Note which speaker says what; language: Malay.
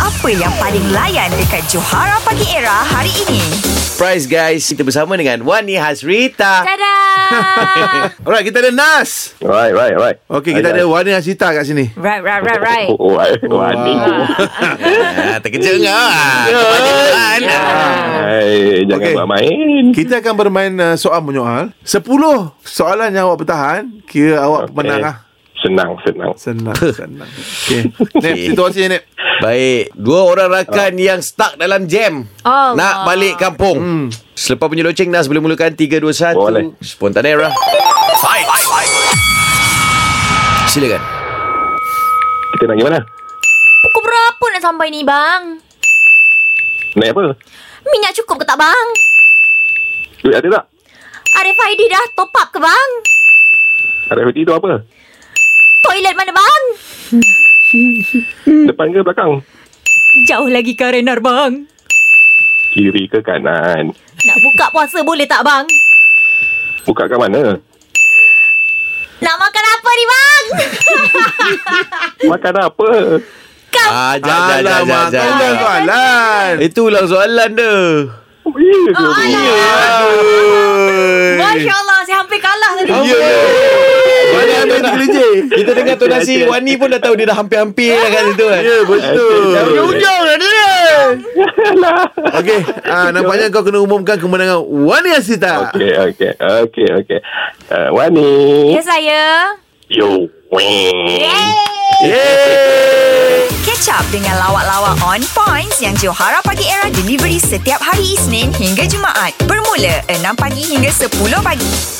Speaker 1: apa yang paling layan dekat Johara Pagi Era hari ini?
Speaker 2: Surprise guys Kita bersama dengan Wani Hasrita
Speaker 3: Dadah.
Speaker 4: Alright, kita ada Nas.
Speaker 5: Right, right, right.
Speaker 4: Okey, Eh, kita ada Wani Hasita kat sini.
Speaker 3: right, right, right, right.
Speaker 5: Oh, oh, oh, oh, ni.
Speaker 2: ah, Terkejut kau
Speaker 1: Ah.
Speaker 5: Hai, jangan
Speaker 4: Okey.
Speaker 5: buat main.
Speaker 4: Kita akan bermain uh, soal menyoal. 10 soalan yang awak bertahan, kira awak okay. pemenang lah.
Speaker 5: Senang, senang.
Speaker 4: Senang, senang. Okey. Nip, situasi Nip.
Speaker 2: Baik Dua orang rakan yang stuck dalam jam
Speaker 3: Allah.
Speaker 2: Nak balik kampung hmm. Selepas punya loceng Nas boleh mulakan 3, 2, 1
Speaker 5: Boleh.
Speaker 2: Spontan era Silakan
Speaker 5: Kita nak gimana?
Speaker 3: Pukul berapa nak sampai ni bang?
Speaker 5: Naik apa?
Speaker 3: Minyak cukup ke tak bang?
Speaker 5: Duit ada tak?
Speaker 3: RFID dah top up ke bang?
Speaker 5: RFID tu apa?
Speaker 3: Toilet mana bang?
Speaker 5: Depan ke belakang?
Speaker 3: Jauh lagi ke Renar bang.
Speaker 5: Kiri ke kanan?
Speaker 3: Nak buka puasa boleh tak bang?
Speaker 5: Buka ke mana?
Speaker 3: Nak makan apa ni bang?
Speaker 5: Makan apa?
Speaker 2: ah, Jangan Jangan
Speaker 4: Alamak,
Speaker 2: Jangan
Speaker 4: kau dah
Speaker 2: jangan.
Speaker 4: soalan.
Speaker 2: Itu ulang soalan dia
Speaker 5: Oh, Ya ke?
Speaker 3: Masya Allah, saya hampir kalah tadi.
Speaker 2: Ya
Speaker 4: Wani ambil tiga je.
Speaker 2: Kita dengar tonasi Wani pun dah tahu Dia dah hampir-hampir lah kat situ kan
Speaker 4: Ya, betul.
Speaker 5: Dah hujung-hujung
Speaker 4: dah dia. Okey, ah, nampaknya kau kena umumkan kemenangan Wani Hasita.
Speaker 5: Okey, okey. Okey, okey. Uh, Wani.
Speaker 3: Ya saya.
Speaker 5: Yo. Wing.
Speaker 4: Yeay.
Speaker 1: Catch up dengan lawak-lawak on points yang Johara Pagi Era delivery setiap hari Isnin hingga Jumaat. Bermula 6 pagi hingga 10 pagi.